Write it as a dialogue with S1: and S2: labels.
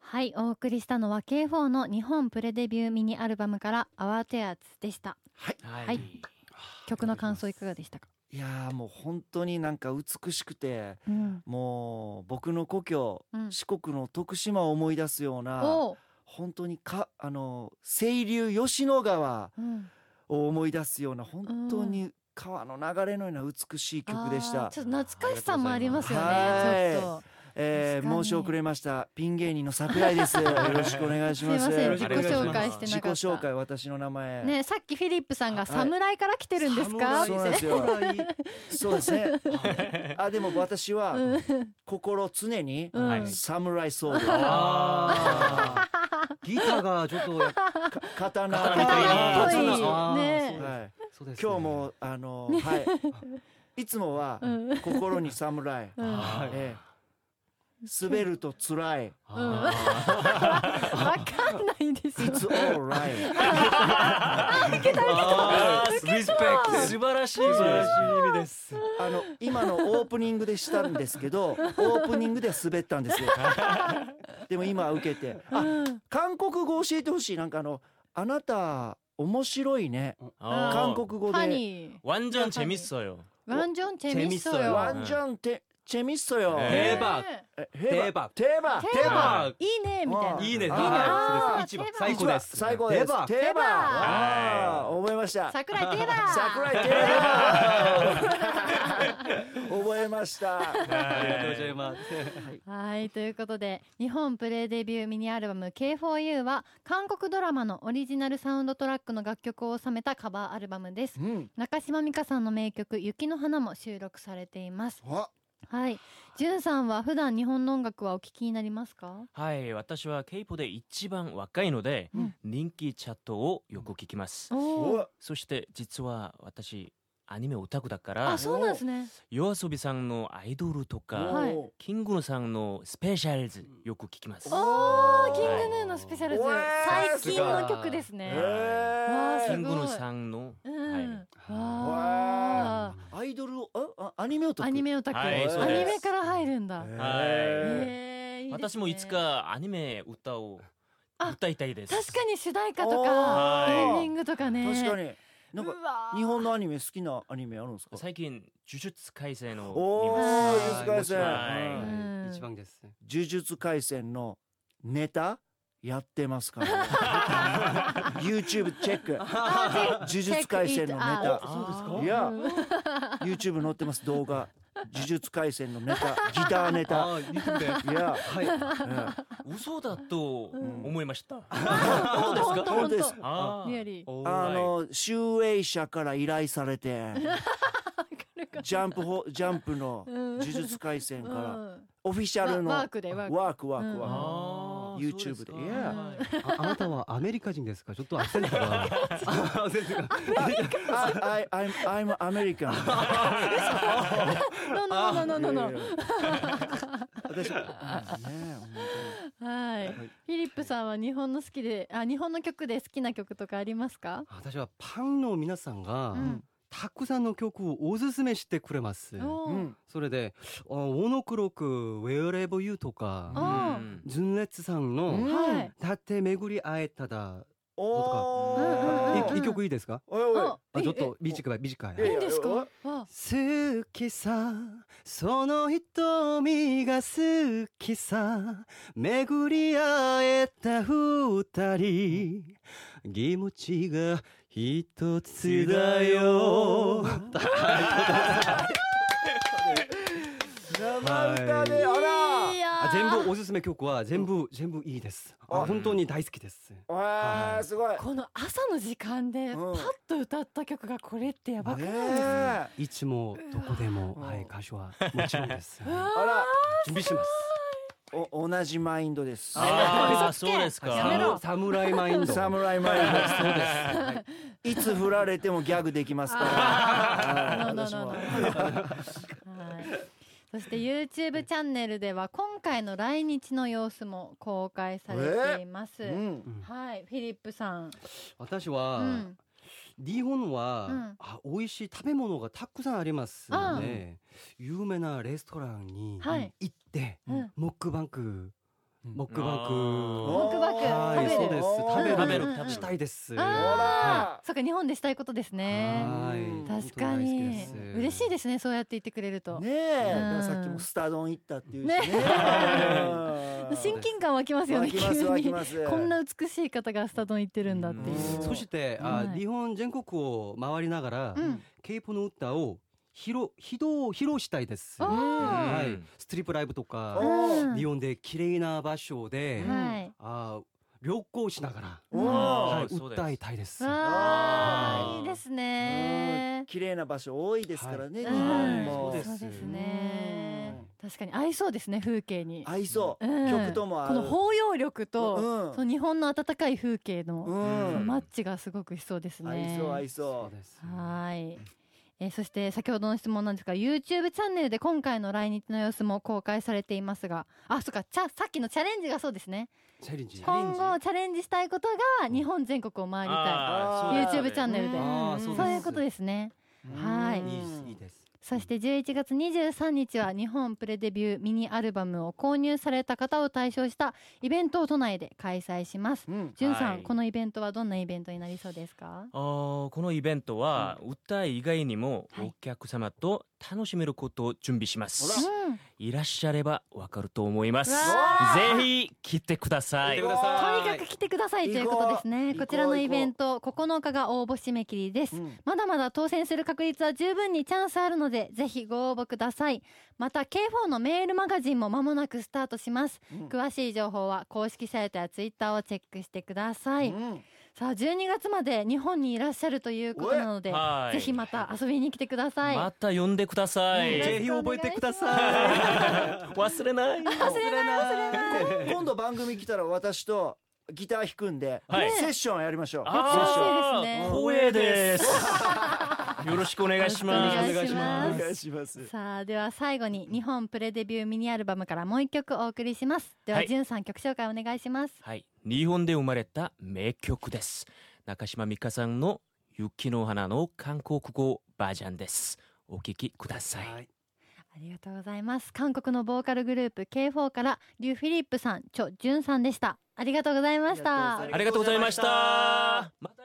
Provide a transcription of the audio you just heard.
S1: はい、お送りしたのは K4 の日本プレデビューミニアルバムから「Our Tears」でした
S2: はい
S3: はい
S1: 曲の感想いかがでしたか、
S2: いやーもう本当になんか美しくて
S1: うん
S2: もう僕の故郷、
S1: うん
S2: 四国の徳島を思い出すような
S1: おう
S2: 本当にかあの清流吉野川
S1: うん、
S2: を思い出すような本当に川の流れのような美しい曲でし
S1: あー
S2: た
S1: ち。ょっと懐かしさもありますよね
S2: はい
S1: ちょっと
S2: え
S1: 確かに
S2: ー、申し遅れましたピン芸人の桜井 です。よろしくお願いし
S1: すい
S2: ま。
S1: ますせん
S3: よろ
S1: 自
S3: し
S1: 己
S3: くお願
S1: 紹介
S3: いします
S1: して
S2: 自
S1: なかっ
S2: 己
S1: た
S2: 紹介私の名前。
S1: ねさっきフィリップさんが
S2: はい
S1: 侍から来てるんですか、
S2: 侍そうなんですよ
S3: 侍
S2: そうで すね。あでも私は
S1: うん
S2: 心常に
S1: うん
S3: はい
S2: 侍 ソウル、
S3: あーギターがちょっとやっ
S2: 刀
S3: 刀
S1: みたいな
S2: 刀
S1: かっこいい
S3: あー
S1: ね
S3: そう
S2: はい。
S3: そうですね
S2: 今日もあのはい。いつもは
S1: うん
S2: 心に侍。
S1: うん
S3: はい
S2: えー滑ると辛い。
S3: あ
S1: わかんないですよ
S2: It's all right.
S3: あーリスペクト素晴らしい素晴らしい意味です
S2: あの今のオープニングでしたんですけどオープニングでは滑ったんですよでも今は受けてあ韓国語教えてほしいなんかあのあなた面白いね韓国語
S1: ハ
S2: で
S1: ニ
S4: 완전 재밌어요.
S1: ーワンジョンチェミッソ
S3: 재밌어요
S1: よ
S2: ワンジャンテチェミッソよ
S3: えー
S2: え
S3: 대박
S2: テーバ
S1: テ
S3: テ
S1: ー
S3: ー
S1: マ
S3: マ
S1: いいねみたいない
S3: いいね
S1: あー
S3: はいそう
S1: テーマ
S3: です一番最高です
S2: 最後です
S3: テーマ
S2: テーバあー
S4: はい
S2: 覚えました
S1: 桜井テーラ
S2: 桜井テーバ覚えました
S3: ありがとうございます
S1: はいということで日本プレデビューミニアルバム K4U は韓国ドラマのオリジナルサウンドトラックの楽曲を収めたカバーアルバムです
S2: うん
S1: 中島美嘉さんの名曲「雪の花」も収録されています
S2: あ
S1: はいじゅんさんは普段日本の音楽はお聞きになりますか
S4: 하이,私は K-pop で一番若いので
S1: うん
S4: 人気チャットをよく聞きます。
S1: お
S2: お
S1: お
S4: そして実は私アニメオタクだから
S1: あそうなんですね
S4: 夜遊びさんのアイドルと
S1: お
S4: か
S1: はい
S2: お
S4: キングヌーさんのスペシャルズよく聞きます。
S1: あーキングヌーのスペシャルズ
S2: おー
S1: 最近の曲です
S2: へ
S1: ねわー
S2: ー
S1: す
S4: キ
S1: ごい
S4: ングヌーさんの
S1: うん、
S4: はい
S1: わ
S2: アイドルをああアニメを
S1: ー
S2: 特
S1: アニメオタク、
S4: はい
S2: そう
S1: ア
S2: で
S1: ニ
S2: す
S1: メから入るんだ、
S2: へ
S1: へーいいですね
S4: 私もいつかアニメ歌を
S1: あ
S4: 歌いたいです。
S1: 確かに主題歌と
S2: お
S1: か
S2: ー
S1: エンディングとかね
S2: ー確かになんか
S1: うわー
S2: 日本のアニメ好きなアニメあるんですか
S4: 最近呪術廻戦の
S2: お
S1: ー
S3: はい
S2: 呪術廻戦
S4: は
S1: うん
S3: 一番ですね
S2: 呪術廻戦のネタやってます から、ね、YouTube チェック
S1: あ
S2: 呪術廻戦のネタ
S3: そう
S2: いや
S1: うん
S2: YouTube 載ってます動画呪術廻戦のネタギターネタ
S3: あーいいですね
S2: いや、
S3: はい
S2: うん
S4: 嘘だと思いました。
S1: 本当本当
S2: 本
S1: 本
S2: 当です
S1: 当
S4: あ
S1: リアリー
S2: あの集英社から依頼されてジャンプホジャンプの
S1: うん
S2: 呪術廻戦から、
S1: うん
S2: オフィシャルの
S1: ワワークでワーク
S2: ワークワーク
S1: うん
S2: ワーク YouTube で
S1: Yeah
S3: ああなたはアメリカ人ですかちょっとアクセントがアクセントが
S2: I, I, I'm, I'm American
S1: ノノノノノノ
S2: いやいやいや私はうんね
S1: はい
S3: はい
S1: フィリップさんは日本の好きであ日本の曲で好きな曲とかありますか
S3: 私はパンの皆さんが
S1: うん
S3: たくさんの曲をおすすめしてくれます
S1: お
S2: 本当にう
S1: ー
S2: ん
S3: それで「あオノクロクウェアレボユー」と
S1: あ
S3: か
S1: うん
S3: 純烈さん
S2: う
S3: の
S2: ん
S1: はい
S3: 「だって巡り会えただ
S2: お
S1: うんうん
S2: ー
S1: うん
S3: い」一曲いいですか
S2: おいおい
S1: あ
S3: あちょっ
S1: え
S3: と短い短い
S2: え
S1: えいいんですか
S2: いやいや
S1: わ
S3: 好きさその瞳が好きさ巡り会えた二人気持ちが一つだよ
S2: 生歌であ
S1: い
S2: ら
S1: や
S3: あ
S1: ー
S3: 全部おすすめ曲は全部全部いいですあ
S2: あ
S3: 本当に大好きです
S2: わーすごい
S1: この朝の時間でパ
S2: うん
S1: ッと歌った曲がこれってやばくないですか
S2: ねえ
S3: いつもどこでも
S2: うわ
S3: はい歌手はもちろんです
S1: うわ
S3: は
S2: あら
S3: い準備します
S2: お同じマインドです
S4: ああ、
S1: 嘘つけ
S4: そうですか。
S1: やめろ
S3: サムライマインド
S2: 侍マインドです
S3: そうですはい
S2: いつ振られてもギャグできますから
S1: な
S2: は
S1: いな
S2: 私
S1: な
S2: も
S1: はいそして YouTube チャンネルでは今回の来日の様子も公開されています、
S2: うん
S3: うん
S1: はいフィリップさん、
S3: 私
S1: う
S3: は、
S1: ん、
S3: 日本は、
S1: うん
S3: あ美味しい食べ物がたくさんありますので、有名なレストランに
S1: はい
S3: 行って、
S1: うん
S3: モックバンクモックバンク
S1: モックバック
S3: はい
S1: 食べる
S3: そうです食べる
S1: 食べる食べ
S4: る
S3: したいです
S1: ああ、そっか日本でしたいことですね。
S3: はい
S1: 確かに嬉しい
S3: す
S1: ですね。そうやって言ってくれると、
S2: ねえ、
S1: うん
S2: だからさっきもスタ丼行ったっていうしね。
S1: ね
S2: うん
S1: 親近感湧きますよ
S2: 湧
S1: ね。
S2: きます
S1: 急
S2: 湧き
S1: に
S2: ます。
S1: こんな美しい方がスタドン行ってるんだっていう。
S2: うん
S3: そして、あ
S1: はい
S3: 日本全国を回りながら、
S1: うん
S3: K-POP の歌を披露披露披露したいです。
S1: あ
S3: は
S1: ー
S3: い、ストリップライブと
S2: お
S3: か、
S1: うん
S3: 日本で綺麗な場所で、
S1: はい。
S3: あ旅行しながら、
S2: おー
S3: はい、
S4: そうです
S3: 歌いたいです。
S1: わ
S2: は
S1: あ、
S2: い
S1: いいです
S2: うん
S1: ね。
S2: 綺麗な場所多いですからね。日
S1: はい
S2: 本
S1: うん
S2: も
S3: そうです
S1: そうですね。確かに合いそうですね風景に。
S2: 合いそう。
S1: うん
S2: 曲とも合う
S1: この包容力と、
S2: うん
S1: その日本の温かい風景の、
S2: うん
S1: マッチがすごくしそうですね。
S2: 合いそう合い
S3: そ
S2: そう
S3: です。
S1: はい。えーそして先ほどの質問なんですが YouTube チャンネルで今回の来日の様子も公開されていますがあそっかちゃさっきのチャレンジがそうですね
S3: チャレンジ。
S4: ャレン
S1: 今
S4: ジ
S1: 後チャレンジしたいことが日本全国を回りた
S4: あ
S2: り
S1: い
S4: ーそう
S1: YouTube チャンネルで
S3: あー
S1: そ
S3: そうう
S1: い
S3: で
S1: う
S3: す
S1: ことですね
S2: う。
S1: はい
S2: うん
S3: いいですいいです。
S1: そして11月23日は日本プレデビューミニアルバムを購入された方を対象したイベントを都内で開催します
S2: うん。
S1: じゅんさん、
S4: はい
S1: このイベントはどんなイベントになりそうですか
S4: あーこのイベントは歌以外にも
S1: はい
S4: お客様と楽しめることを準備します
S1: うん
S4: いらっしゃればわかると思います
S1: うわ
S4: ぜひ来てくださ
S3: 来
S4: い
S3: てください。
S1: とにかく来てくださいということですね
S2: 行こ
S1: こ
S2: う
S1: ちらのイベント9日が応募締め切りです、
S2: うん
S1: まだまだ当選する確率は十分にチャンスあるのでぜひご応募くださいまた K4 のメールマガジンも間もなくスタートします
S2: うん
S1: 詳しい情報は公式サイトやツイッターをチェックしてください、
S2: うん
S1: さあ12月まで日本にいらっしゃるということなので
S4: はい
S1: ぜひまた遊びに来てください、
S4: また呼んでください、
S1: うん
S3: ぜひ覚えてください。
S4: 忘れない
S3: 忘れない。
S2: 今度番組来たら私とギター弾くんで、
S4: はい
S2: セッションやりましょう。
S1: あー
S4: ー
S2: そう
S4: 光栄です。よろしくお願いし
S1: よろしくお願
S4: ま
S1: いします
S4: す。
S2: お願いします。
S1: さあでは最後に日本プレデビューミニアルバムからもう一曲お送りしますでは、
S4: はい
S1: じゅんさん曲紹介お願いします
S4: はい、日本で生まれた名曲です。中島美嘉さんの雪の花の韓国語バージョンです。お聞きください。
S3: はい
S1: ありがとうございます韓国のボーカルグループ K4 からリュウ・フィリップさんチョ・ジュンさんでしたありがとうございました
S4: ありがとうございました。また